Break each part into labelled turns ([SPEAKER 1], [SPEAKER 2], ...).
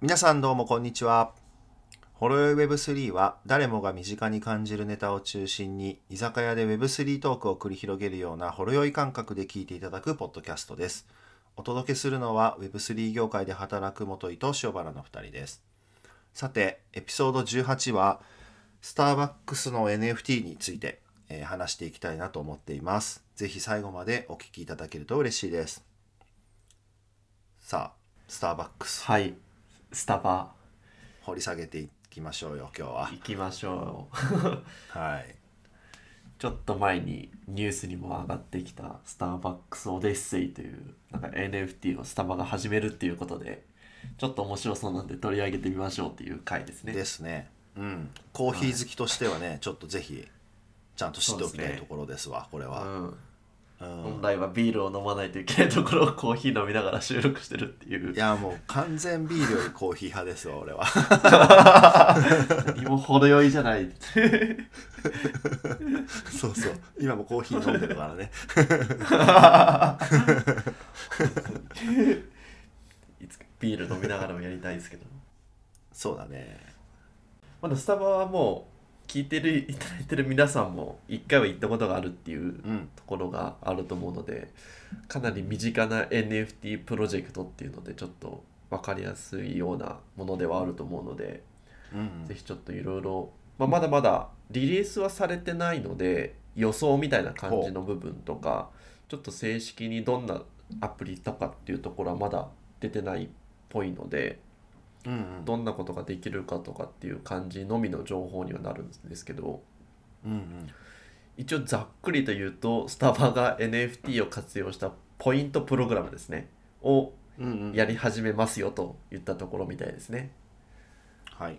[SPEAKER 1] 皆さんどうもこんにちは。ホロヨイ Web3 は誰もが身近に感じるネタを中心に居酒屋で Web3 トークを繰り広げるようなほろ酔い感覚で聞いていただくポッドキャストです。お届けするのは Web3 業界で働く元井と塩原の2人です。さて、エピソード18はスターバックスの NFT について、えー話していきたいなと思っています。ぜひ最後までお聞きいただけると嬉しいです。さあ、スターバックス。
[SPEAKER 2] はい、スタバ
[SPEAKER 1] 掘り下げていきましょうよ今日は
[SPEAKER 2] 行きましょう。
[SPEAKER 1] はい
[SPEAKER 2] ちょっと前にニュースにも上がってきたスターバックスオデッセイというなんか NFT をスタバが始めるっていうことで、ちょっと面白そうなんで取り上げてみましょうっていう回ですね。
[SPEAKER 1] ですねうんコーヒー好きとしてはね、ちょっとぜひちゃんと知っておきたいところですわこれ
[SPEAKER 2] う
[SPEAKER 1] は、
[SPEAKER 2] ん、
[SPEAKER 1] うん
[SPEAKER 2] 本来はビールを飲まないといけないところをコ ーヒー飲みながら収録してるっていう
[SPEAKER 1] いやもう完全ビールよりコーヒー派ですわ俺は
[SPEAKER 2] 何も程よいじゃない
[SPEAKER 1] そうそう今もコーヒー飲んでるからね
[SPEAKER 2] いつかビール飲みながらもやりたいですけど
[SPEAKER 1] そうだね
[SPEAKER 2] まだスタバはもう聞いてるいただいてる皆さんも一回は行ったことがあるっていう
[SPEAKER 1] うん
[SPEAKER 2] ところがあると思うのでかなり身近な NFT プロジェクトっていうのでちょっと分かりやすいようなものではあると思うので、
[SPEAKER 1] うん
[SPEAKER 2] ぜひちょっといろいろまあまだまだリリースはされてないので予想みたいな感じの部分とかちょっと正式にどんなアプリとかっていうところはまだ出てないっぽいので
[SPEAKER 1] うんうん
[SPEAKER 2] どんなことができるかとかっていう感じのみの情報にはなるんですけど
[SPEAKER 1] うんうん
[SPEAKER 2] 一応ざっくりと言うとスタバが NFT を活用したポイントプログラムですねを
[SPEAKER 1] うんうん
[SPEAKER 2] やり始めますよと言ったところみたいですね。
[SPEAKER 1] はい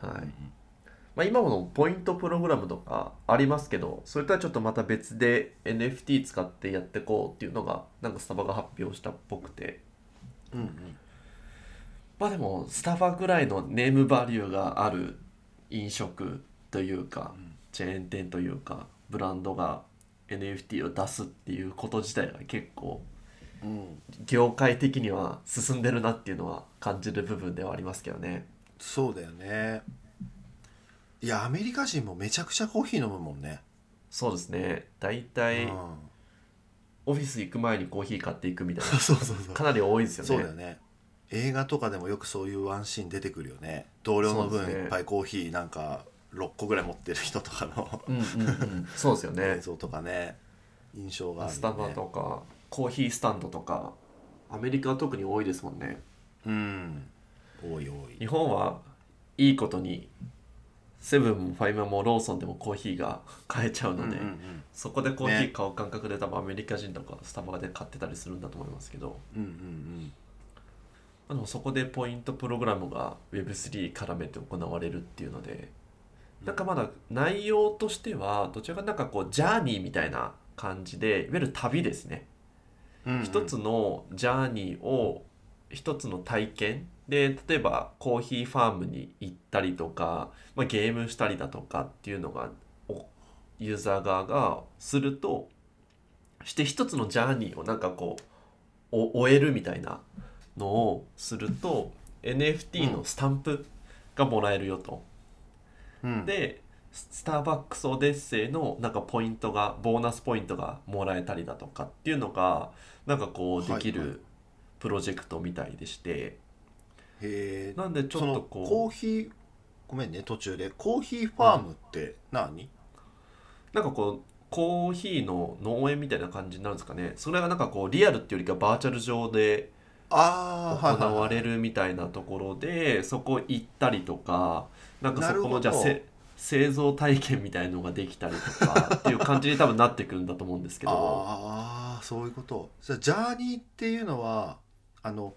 [SPEAKER 2] は
[SPEAKER 1] う
[SPEAKER 2] い
[SPEAKER 1] ん
[SPEAKER 2] まあ、今のポイントプログラムとかありますけどそれとはちょっとまた別で NFT 使ってやってこうっていうのがなんかスタバが発表したっぽくて
[SPEAKER 1] うんうん
[SPEAKER 2] まあでもスタバぐらいのネームバリューがある飲食というかチェーン店というかブランドが NFT を出すっていうこと自体が結構
[SPEAKER 1] うんうん
[SPEAKER 2] 業界的には進んでるなっていうのは感じる部分ではありますけどね
[SPEAKER 1] そうだよねいやアメリカ人もめちゃくちゃコーヒー飲むもんね、
[SPEAKER 2] そうですね大体
[SPEAKER 1] うん、
[SPEAKER 2] オフィス行く前にコーヒー買っていくみたい
[SPEAKER 1] そうそうそう
[SPEAKER 2] なかなり多いですよね
[SPEAKER 1] そうだよね映画とかでもよくそういうワンシーン出てくるよね同僚の分
[SPEAKER 2] そうですね
[SPEAKER 1] いっぱいコーヒーなんか6個ぐらい持ってる人とかの
[SPEAKER 2] うんうんうん、そうです よ
[SPEAKER 1] 映
[SPEAKER 2] ね
[SPEAKER 1] 像とかね印象がある、ね、
[SPEAKER 2] スタバとかコーヒースタンドとかアメリカは特に多いですもんね
[SPEAKER 1] うん多い多
[SPEAKER 2] 日
[SPEAKER 1] い
[SPEAKER 2] 本はいいことにセブンもファイマーもローソンでもコーヒーが買えちゃうので、
[SPEAKER 1] うんうん
[SPEAKER 2] そこでコーヒ
[SPEAKER 1] ね
[SPEAKER 2] ー買う感覚で多分アメリカ人とかスタバで買ってたりするんだと思いますけど
[SPEAKER 1] うんうんうん
[SPEAKER 2] でもそこでポイントプログラムが Web3 絡めて行われるっていうのでなんかまだ内容としてはどちらかなんかこうジャーニーみたいな感じでいわゆる旅ですね
[SPEAKER 1] うんうん
[SPEAKER 2] 一つのジャーニーを一つの体験で例えばコーヒーファームに行ったりとか、まあ、ゲームしたりだとかっていうのがおユーザー側がするとして一つのジャーニーをなんかこうお終えるみたいなのをすると NFT のスタンプがもらえるよと。
[SPEAKER 1] うん
[SPEAKER 2] でススターバックスオデッセイのなんかポイントがボーナスポイントがもらえたりだとかっていうのがなんかこうでき
[SPEAKER 1] はいはい
[SPEAKER 2] るプロジェクトみたいでして、
[SPEAKER 1] へー
[SPEAKER 2] なんでちょっ
[SPEAKER 1] その
[SPEAKER 2] と
[SPEAKER 1] コ
[SPEAKER 2] こ
[SPEAKER 1] ーヒーごめんね途中でコーヒーファームって何、
[SPEAKER 2] うなんかこうコーヒーの農園みたいな感じになるんですかねそれがなんかこうリアルっていうよりかバーチャル上で
[SPEAKER 1] ああ
[SPEAKER 2] 行われるみたいなところでそこ行ったりとかなんかそこのじゃあ
[SPEAKER 1] なるほ
[SPEAKER 2] せ製造体験みたいのができたりとかっていう感じに多分なってくるんだと思うんですけど。
[SPEAKER 1] ああそういうことじゃあジャーニーっていうのはあの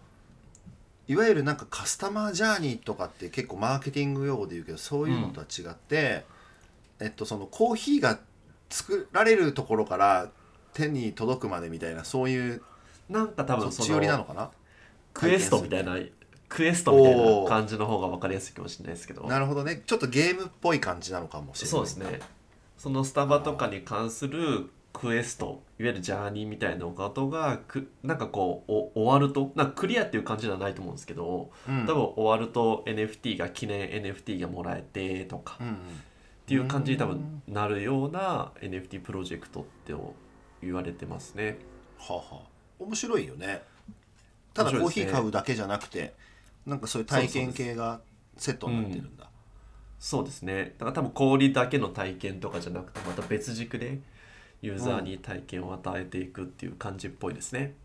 [SPEAKER 1] いわゆるなんかカスタマージャーニーとかって結構マーケティング用語で言うけどそういうのとは違って、えっとそのコーヒーが作られるところから手に届くまでみたいなそういう
[SPEAKER 2] なんか多
[SPEAKER 1] そ
[SPEAKER 2] 分
[SPEAKER 1] っ
[SPEAKER 2] そ
[SPEAKER 1] ち寄
[SPEAKER 2] の
[SPEAKER 1] りなのかな
[SPEAKER 2] クエストみたいなクエストみたいな感じの方が分かりやすいかもしれないですけど
[SPEAKER 1] なるほどねちょっとゲームっぽい感じなのかもしれない
[SPEAKER 2] そうですねそのスタバとかに関するクエストいわゆるジャーニーみたいなことがくなんかこうお終わるとなんかクリアっていう感じではないと思うんですけど
[SPEAKER 1] うん
[SPEAKER 2] 多分終わると NFT が記念 NFT がもらえてとか
[SPEAKER 1] うんうん
[SPEAKER 2] っていう感じに多
[SPEAKER 1] うん
[SPEAKER 2] 分なるような NFT プロジェクトって言われてますね。
[SPEAKER 1] はあはあ面白いよねただコー
[SPEAKER 2] 面
[SPEAKER 1] ヒ
[SPEAKER 2] 白いですね
[SPEAKER 1] ー買うだけじゃなくてなんかそういう体験系がセットになってるんだ
[SPEAKER 2] そうですね。だから多分氷だけの体験とかじゃなくてまた別軸でユーザーに体験を与えていくっていう感じっぽいですね。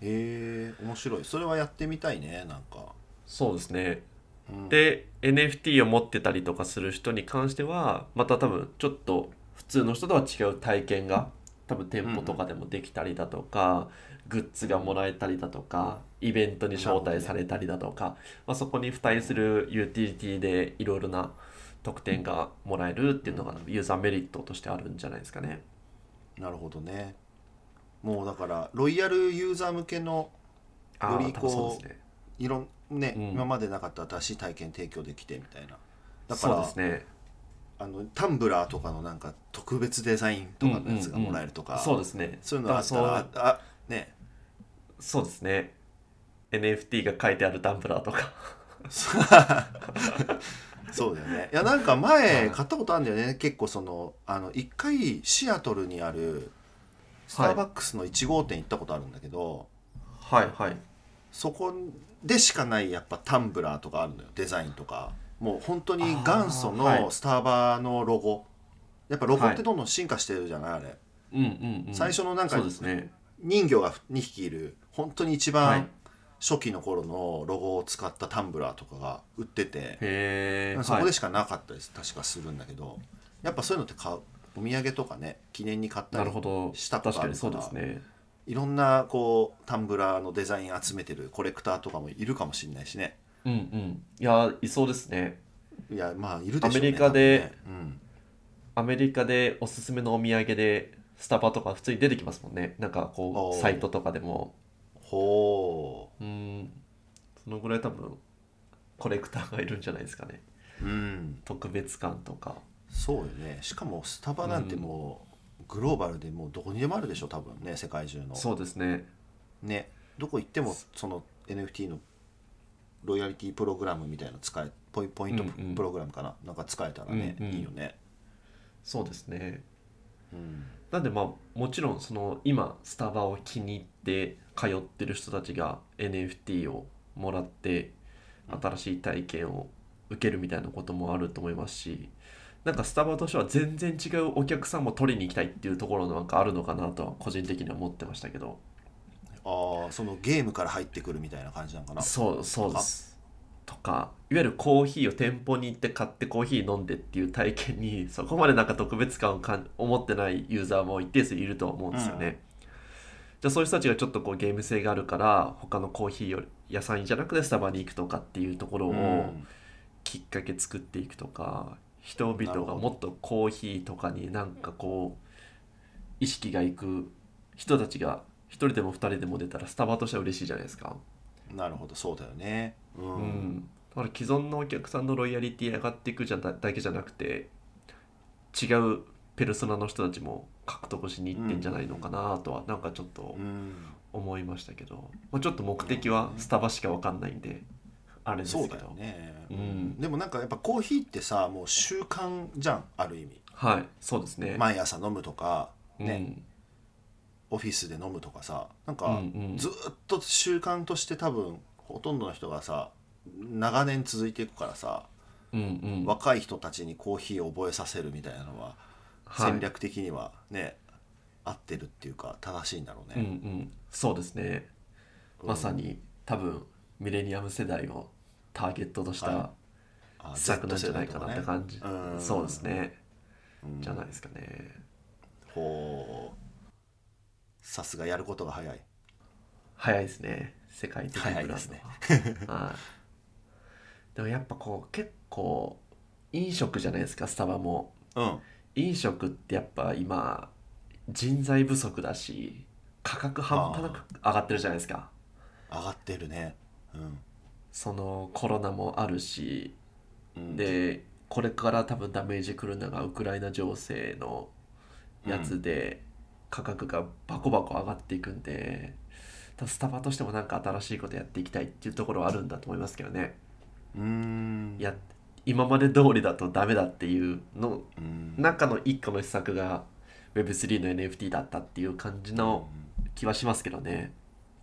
[SPEAKER 1] へえ面白いそれはやってみたいねなんか
[SPEAKER 2] そうですね。
[SPEAKER 1] うん
[SPEAKER 2] で NFT を持ってたりとかする人に関してはまた多分ちょっと普通の人とは違う体験が多分店舗とかでもできたりだとか、グッズがもらえたりだとかイベントに招待されたりだとか、まあ、そこに付帯するユーティリティでいろいろな特典がもらえるっていうのがユーザーメリットとしてあるんじゃないですかね。
[SPEAKER 1] なるほどねもうだからロイヤルユーザー向けの
[SPEAKER 2] あ
[SPEAKER 1] よ
[SPEAKER 2] ー
[SPEAKER 1] り
[SPEAKER 2] 多分そうですね。
[SPEAKER 1] いろんね、
[SPEAKER 2] うん
[SPEAKER 1] 今までなかった新しい体験提供できてみたいなだか
[SPEAKER 2] そう
[SPEAKER 1] ら、
[SPEAKER 2] ですね。
[SPEAKER 1] あのタンブラーとかのなんか特別デザインとかのやつがもらえるとか、
[SPEAKER 2] そうですね。
[SPEAKER 1] そういうのあったら
[SPEAKER 2] 多
[SPEAKER 1] あ
[SPEAKER 2] 分そう
[SPEAKER 1] あね
[SPEAKER 2] そうですね。NFT が書いてあるダンプラーとか。
[SPEAKER 1] そうだよねいやなんか前買ったことあるんだよね結構そのあの1回シアトルにあるスターバックスの1号店行ったことあるんだけど、
[SPEAKER 2] はいはい。
[SPEAKER 1] そこでしかないやっぱタンブラーとかあるのよデザインとかもう本当に元祖
[SPEAKER 2] あーは
[SPEAKER 1] の
[SPEAKER 2] い
[SPEAKER 1] スタバのロゴ、やっぱロゴっ
[SPEAKER 2] は
[SPEAKER 1] て
[SPEAKER 2] い
[SPEAKER 1] どんどん進化してるじゃないあれ
[SPEAKER 2] うんうんうん、
[SPEAKER 1] 最初のなんか
[SPEAKER 2] そうですね
[SPEAKER 1] 人魚が2匹いる本当に一
[SPEAKER 2] はい
[SPEAKER 1] 番初期の頃のロゴを使ったタンブラーとかが売ってて、
[SPEAKER 2] へえ
[SPEAKER 1] そこでしかなかったり確かするんだけどやっぱそういうのって買うお土産とかね記念に買っ
[SPEAKER 2] な
[SPEAKER 1] た
[SPEAKER 2] る
[SPEAKER 1] り
[SPEAKER 2] ほど
[SPEAKER 1] したこと
[SPEAKER 2] 確
[SPEAKER 1] あ
[SPEAKER 2] か
[SPEAKER 1] る
[SPEAKER 2] に
[SPEAKER 1] か
[SPEAKER 2] そ
[SPEAKER 1] ら
[SPEAKER 2] うですね
[SPEAKER 1] いろんなこうタンブラーのデザイン集めてるコレクターとかもいるかもしれないしね
[SPEAKER 2] うんうんいやいそうですね
[SPEAKER 1] いやまあいるでしょうね
[SPEAKER 2] アメリカで
[SPEAKER 1] 多分ね
[SPEAKER 2] アメリカでおすすめのお土産でスタバとか普通に出てきますもんねなんかこ
[SPEAKER 1] おー
[SPEAKER 2] うサイトとかでも
[SPEAKER 1] うん、ほ
[SPEAKER 2] うんそのぐらい多分コレクターがいるんじゃないですかね
[SPEAKER 1] ううん
[SPEAKER 2] 特別感とか
[SPEAKER 1] そうよねしかもスタバなんてもうグローバルでもうどこにでもあるでしょ多分ね世界中の
[SPEAKER 2] そうですね
[SPEAKER 1] ねどこ行ってもその NFT のロイヤリティプログラムみたいな使えポイポイント
[SPEAKER 2] うんうん
[SPEAKER 1] プログラムかな、なんか使えたらね、
[SPEAKER 2] うんうん
[SPEAKER 1] いいよね、
[SPEAKER 2] そうですね
[SPEAKER 1] うん、
[SPEAKER 2] なんでまあもちろんその今スタバを気に入って通ってる人たちが NFT をもらって新しい体験を受けるみたいなこともあると思いますしなんかスタバとしては全然違うお客さんも取りに行きたいっていうところなんかあるのかなとは個人的には思ってましたけど
[SPEAKER 1] ああそのゲームから入ってくるみたいな感じなのかな
[SPEAKER 2] そうそうですとかいわゆるコーヒーを店舗に行って買ってコーヒー飲んでっていう体験に そこまでなんか特別感をかん思ってないユーザーも一定数いると思うんですよね、
[SPEAKER 1] うん
[SPEAKER 2] じゃあそういう人たちがちょっとこうゲーム性があるから他のコーヒーより屋さんじゃなくてスタバに行くとかっていうところ
[SPEAKER 1] う
[SPEAKER 2] を
[SPEAKER 1] ん
[SPEAKER 2] きっかけ作っていくとか人
[SPEAKER 1] なる
[SPEAKER 2] 々
[SPEAKER 1] ほ
[SPEAKER 2] が
[SPEAKER 1] ど
[SPEAKER 2] もっとコーヒーとかになんかこう意識がいく人たちが1人でも2人でも出たらスタバとしては嬉しいじゃないですか。
[SPEAKER 1] なるほどそうだよねうん、
[SPEAKER 2] うん、だから既存のお客さんのロイヤリティ上がっていくじゃだだけじゃなくて違うペルソナの人たちも獲得しに行ってんじゃないのかなとはなんかちょっと
[SPEAKER 1] うん
[SPEAKER 2] 思いましたけど、まあ、ちょっと目的はスタバしか分かんないんであれです
[SPEAKER 1] そう
[SPEAKER 2] け
[SPEAKER 1] だよ
[SPEAKER 2] ど、
[SPEAKER 1] ね、
[SPEAKER 2] うん
[SPEAKER 1] でもなんかやっぱコーヒーってさもう習慣じゃんある意味
[SPEAKER 2] はいそうですね,、
[SPEAKER 1] 毎朝飲むとか
[SPEAKER 2] う
[SPEAKER 1] ね、
[SPEAKER 2] ん、
[SPEAKER 1] オフィスで飲むとかさなん
[SPEAKER 2] うん
[SPEAKER 1] か
[SPEAKER 2] うん
[SPEAKER 1] ずーっと習慣として多分ほとんどの人がさ長年続いていくからさ
[SPEAKER 2] うんうん
[SPEAKER 1] 若い人たちにコーヒーを覚えさせるみたいなのは
[SPEAKER 2] はい
[SPEAKER 1] 戦略的にはね、合ってるっていうか正しいんだろう
[SPEAKER 2] うんう
[SPEAKER 1] ね、
[SPEAKER 2] んそうですねまさに多分ミレニアム世代をターゲットとし
[SPEAKER 1] は
[SPEAKER 2] た
[SPEAKER 1] あ
[SPEAKER 2] 施策なんじゃないかなって感じ、
[SPEAKER 1] Z 世代とかねうん
[SPEAKER 2] そうですね、
[SPEAKER 1] うん
[SPEAKER 2] じゃないですかね
[SPEAKER 1] ほうさすがやることが早い
[SPEAKER 2] 早いですね世界的
[SPEAKER 1] 早
[SPEAKER 2] ないブラ
[SPEAKER 1] で
[SPEAKER 2] ン
[SPEAKER 1] すね
[SPEAKER 2] ドははいでもやっぱこう結構飲食じゃないですかスタバも
[SPEAKER 1] うん
[SPEAKER 2] 飲食ってやっぱ今人材不足だし価格半端なく上がってるじゃないですか
[SPEAKER 1] 上がってるねうん
[SPEAKER 2] そのコロナもあるし
[SPEAKER 1] うん
[SPEAKER 2] でこれから多分ダメージくるのがウクライナ情勢のやつで、価格がバコバコ上がっていくんで多分スタバとしてもなんか新しいことやっていきたいっていうところはあるんだと思いますけどね
[SPEAKER 1] うーん
[SPEAKER 2] いや今まで通りだとダメだっていうの
[SPEAKER 1] うん
[SPEAKER 2] 中の一個の施策が Web3 の NFT だったっていう感じの気はしますけどね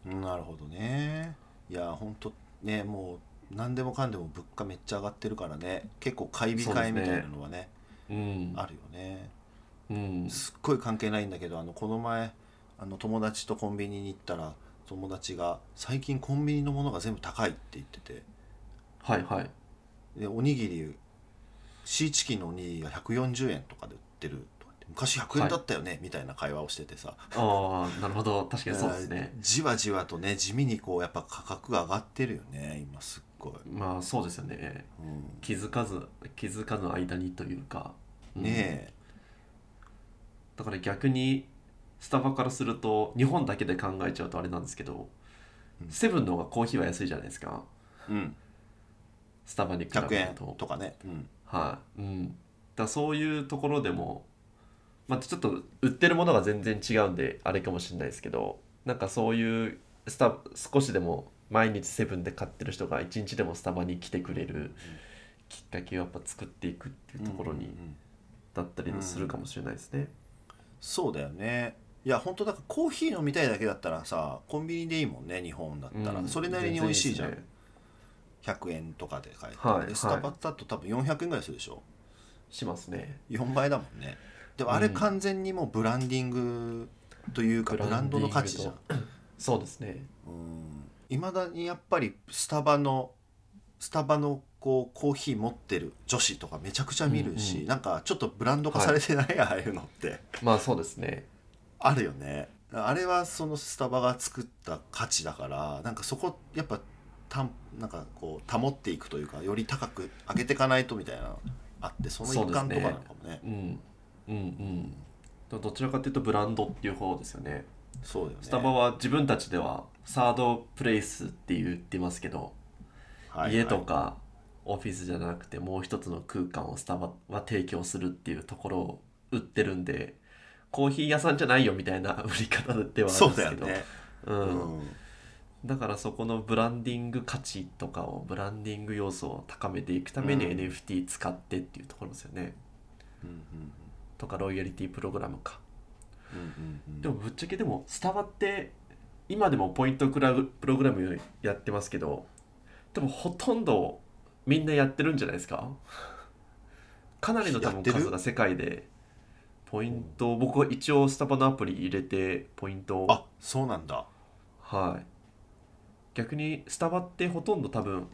[SPEAKER 1] うんなるほどねいやほんとねもう何でもかんでも物価めっちゃ上がってるからね結構買い控えみたいなのはね
[SPEAKER 2] うん
[SPEAKER 1] あるよね
[SPEAKER 2] うん
[SPEAKER 1] すっごい関係ないんだけどあのこの前あの友達とコンビニに行ったら友達が「最近コンビニのものが全部高い」って言ってて
[SPEAKER 2] はいはい
[SPEAKER 1] でおにぎりシーチキンのおにぎりが140円とかで売ってるとかって昔100円だったよね、みたいな会話をしててさ
[SPEAKER 2] ああなるほど確かにそうです
[SPEAKER 1] だから
[SPEAKER 2] ね
[SPEAKER 1] じわじわとね地味にこうやっぱ価格が上がってるよね今すっごい、
[SPEAKER 2] まあそうですよね
[SPEAKER 1] うん、
[SPEAKER 2] 気づかず気づかぬ間にというか、うん
[SPEAKER 1] ね
[SPEAKER 2] だから逆にスタバからすると日本だけで考えちゃうとあれなんですけど、
[SPEAKER 1] うん
[SPEAKER 2] セブンの方がコーヒーは安いじゃないですか
[SPEAKER 1] え、うん、
[SPEAKER 2] スタバに比べ
[SPEAKER 1] 100
[SPEAKER 2] る
[SPEAKER 1] 円
[SPEAKER 2] と
[SPEAKER 1] とかね、うん、
[SPEAKER 2] はい、うん、だからそういうところでも、まあ、ちょっと売ってるものが全然違うんであれかもしれないですけどなんかそういうスタ少しでも毎日セブンで買ってる人が一日でもスタバに来てくれるきっかけをやっぱ作っていくっていうところ
[SPEAKER 1] うんう
[SPEAKER 2] に
[SPEAKER 1] んうん
[SPEAKER 2] だったりもするかもしれないですね。
[SPEAKER 1] そうだよねいや本当だからコーヒー飲みたいだけだったらさコンビニでいいもんね日本だったら、
[SPEAKER 2] うん
[SPEAKER 1] それなりに美味しいじゃん、
[SPEAKER 2] 全然ですね
[SPEAKER 1] 100円とかで買えて、
[SPEAKER 2] はい
[SPEAKER 1] でスタバだと多分400円ぐらいするでしょ
[SPEAKER 2] しますね。
[SPEAKER 1] 4倍だもんねでもあれ完全にもうブランディングというか
[SPEAKER 2] ブラ
[SPEAKER 1] ブ
[SPEAKER 2] ン
[SPEAKER 1] ランドの価値
[SPEAKER 2] ディ
[SPEAKER 1] じゃ
[SPEAKER 2] ン
[SPEAKER 1] ん
[SPEAKER 2] そうですね。
[SPEAKER 1] いまだにやっぱりスタバのスタバのこうコーヒー持ってる女子とかめちゃくちゃ見るし、
[SPEAKER 2] うんうん
[SPEAKER 1] なんかちょっとブランド化されてない、ああいうのって
[SPEAKER 2] まあそうですね。
[SPEAKER 1] あるよねあれはそのスタバが作った価値だからなんかそこやっぱたんなんかこう保っていくというかより高く上げていかないとみたいなのあってその一環とかなのかもね
[SPEAKER 2] うん。うんうん。でもどちらかというとブランドっていう方ですよね。
[SPEAKER 1] そうだよね
[SPEAKER 2] スタバは自分たちではサードプレイスって言ってますけど、
[SPEAKER 1] はいはい
[SPEAKER 2] 家とかオフィスじゃなくてもう一つの空間をスタバは提供するっていうところを売ってるんで、コーヒー屋さんじゃないよみたいな売り方ではある
[SPEAKER 1] そ
[SPEAKER 2] ん
[SPEAKER 1] う
[SPEAKER 2] で
[SPEAKER 1] だ
[SPEAKER 2] す
[SPEAKER 1] よ
[SPEAKER 2] けど、
[SPEAKER 1] ね、
[SPEAKER 2] うん、
[SPEAKER 1] うん
[SPEAKER 2] だからそこのブランディング価値とかをブランディング要素を高めていくために
[SPEAKER 1] うん
[SPEAKER 2] NFT 使ってっていうところですよね。
[SPEAKER 1] うんうん
[SPEAKER 2] とかロイヤリティプログラムか。
[SPEAKER 1] うんうんうん
[SPEAKER 2] でもぶっちゃけでもスタバって今でもポイントクラブプログラムやってますけどでもほとんどみんなやってるんじゃないですかかなりの多
[SPEAKER 1] やっ
[SPEAKER 2] 分
[SPEAKER 1] てる
[SPEAKER 2] 数が世界でポイントを僕は一応スタバのアプリ入れてポイントを
[SPEAKER 1] あそうなんだ
[SPEAKER 2] はい逆にスタバってほとんど多分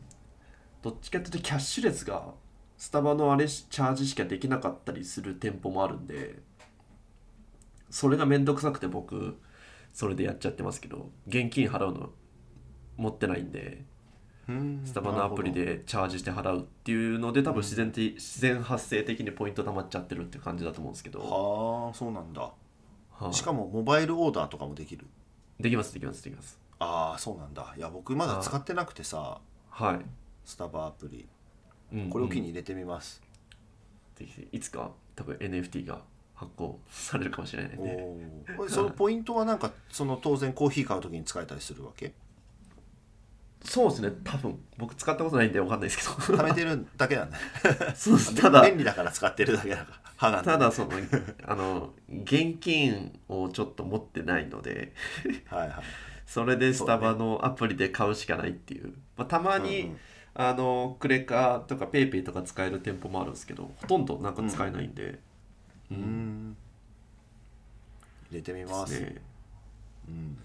[SPEAKER 2] どっちかっていうとキャッシュレスがスタバのあれしチャージしかできなかったりする店舗もあるんでそれがめんどくさくて僕それでやっちゃってますけど現金払うの持ってないんでス
[SPEAKER 1] ス
[SPEAKER 2] タバのアプリでチャージして払うっていうので多分自然的自然発生的にポイント溜まっちゃってるって感じだと思うんですけど、
[SPEAKER 1] はあそうなんだ
[SPEAKER 2] はい
[SPEAKER 1] しかもモバイルオーダーとかもできる
[SPEAKER 2] できますできますできます
[SPEAKER 1] ああそうなんだいや僕まだ使ってなくてさ
[SPEAKER 2] はい、
[SPEAKER 1] スタバアプリ
[SPEAKER 2] うんうん
[SPEAKER 1] これを機に入れてみます、
[SPEAKER 2] ぜひぜひいつか多分 NFT が発行されるかもしれないん
[SPEAKER 1] お
[SPEAKER 2] で
[SPEAKER 1] おーこれそのポイントはなんかその当然コーヒー買う時に使えたりするわけ
[SPEAKER 2] そうですね多分僕使ったことないんで分かんないですけど
[SPEAKER 1] 貯めてるだけなんだ
[SPEAKER 2] そうですただ
[SPEAKER 1] 便利だから使ってるだけだから歯なん
[SPEAKER 2] た
[SPEAKER 1] だ
[SPEAKER 2] だそのあの現金をちょっと持ってないので
[SPEAKER 1] はいはい
[SPEAKER 2] それでスタバのアプリで買うしかないっていうまあ、たまに、
[SPEAKER 1] うんうん
[SPEAKER 2] あのクレカとかペイペイとか使える店舗もあるんですけどほとんどなんか使えないんで、
[SPEAKER 1] うーん入れてみます、
[SPEAKER 2] ですね
[SPEAKER 1] うん、
[SPEAKER 2] だ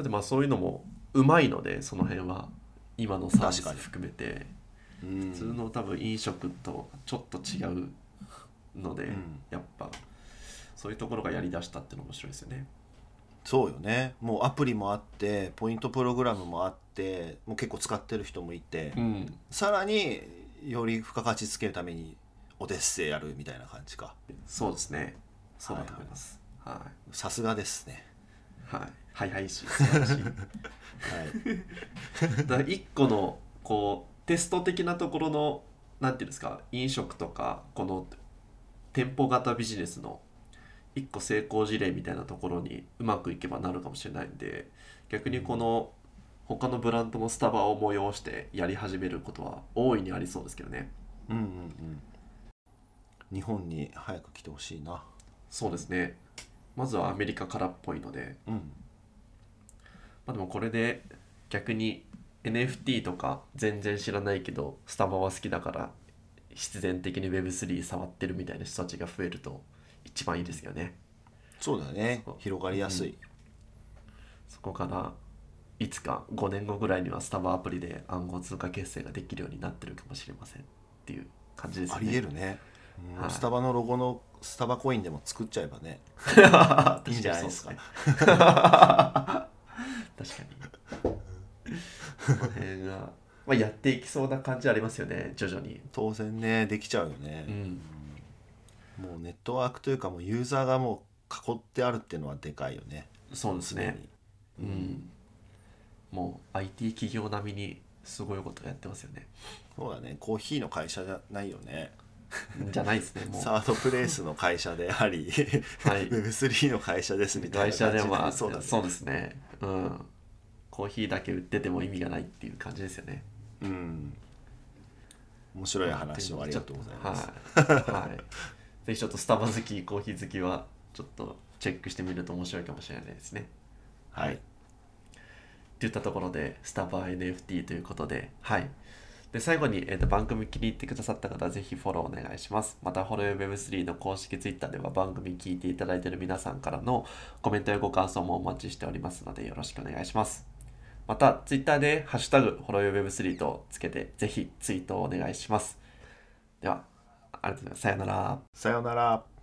[SPEAKER 2] ってまあそういうのもうまいのでその辺は今のサービス
[SPEAKER 1] 確かに
[SPEAKER 2] 含めて。
[SPEAKER 1] うん
[SPEAKER 2] 普通の多分飲食とちょっと違うので、
[SPEAKER 1] ん
[SPEAKER 2] やっぱそういうところがやりだしたっての面白いですよね。
[SPEAKER 1] そうよねもうアプリもあってポイントプログラムもあってもう結構使ってる人もいて、
[SPEAKER 2] うん、
[SPEAKER 1] さらにより付加価値つけるためにオデッセイやるみたいな感じか
[SPEAKER 2] そうですね。そうだと思います。は
[SPEAKER 1] さすがですね
[SPEAKER 2] い、はい、はい、はい、し、素晴らしい。
[SPEAKER 1] はい、
[SPEAKER 2] だから一個のこうテスト的なところのなんていうんですか飲食とかこの店舗型ビジネスの一個成功事例みたいなところにうまくいけばなるかもしれないんで逆にこの他のブランドのスタバを催してやり始めることは大いにありそうですけどね
[SPEAKER 1] うんうんうん日本に早く来てほしいな
[SPEAKER 2] そうですねまずはアメリカからっぽいので、
[SPEAKER 1] うん
[SPEAKER 2] まあ、でもこれで逆に NFT とか全然知らないけどスタバは好きだから必然的に Web3 触ってるみたいな人たちが増えると一番いいですよね
[SPEAKER 1] そうだね
[SPEAKER 2] そう
[SPEAKER 1] 広がりやすい、
[SPEAKER 2] そこからいつか5年後ぐらいにはスタバアプリで暗号通貨決済ができるようになってるかもしれませんっていう感じですね
[SPEAKER 1] ありえるね、うん
[SPEAKER 2] はい
[SPEAKER 1] スタバのロゴのスタバコインでも作っちゃえばね
[SPEAKER 2] 確か
[SPEAKER 1] いいん
[SPEAKER 2] に
[SPEAKER 1] じゃない
[SPEAKER 2] そう
[SPEAKER 1] でか
[SPEAKER 2] ですすね確かに その辺が、まあ、やっていきそうな感じありますよね徐々に
[SPEAKER 1] 当然ねできちゃうよ
[SPEAKER 2] う
[SPEAKER 1] ね、
[SPEAKER 2] ん
[SPEAKER 1] もうネットワークというかもうユーザーがもう囲ってあるっていうのはでかいよね
[SPEAKER 2] そうですねうんもう IT 企業並みにすごいことやってますよね
[SPEAKER 1] そうだねコーヒーの会社じゃないよね
[SPEAKER 2] じゃないですねもう
[SPEAKER 1] サードプレイスの会社であり、
[SPEAKER 2] はい
[SPEAKER 1] Web3 の会社ですみたい
[SPEAKER 2] 会
[SPEAKER 1] な感
[SPEAKER 2] 社
[SPEAKER 1] じ
[SPEAKER 2] で
[SPEAKER 1] で
[SPEAKER 2] もあ
[SPEAKER 1] そうだね
[SPEAKER 2] そうですねうんコーヒーだけ売ってても意味がないっていう感じですよね
[SPEAKER 1] うん面白い話をありがとうございます、
[SPEAKER 2] はい、はい、ぜひちょっとスタバ好きコーヒー好きはちょっとチェックしてみると面白いかもしれないですね
[SPEAKER 1] はい
[SPEAKER 2] といったところでスタバ NFT ということではいで最後に、えー、と番組気に入ってくださった方はぜひフォローお願いしますまたホロヨ Web3 の公式 Twitter では番組聞いていただいている皆さんからのコメントやご感想もお待ちしておりますのでよろしくお願いしますまた Twitter で「ハッシュタグホロヨ Web3」とつけてぜひツイートをお願いしますではありがとうございますさようなら
[SPEAKER 1] さようなら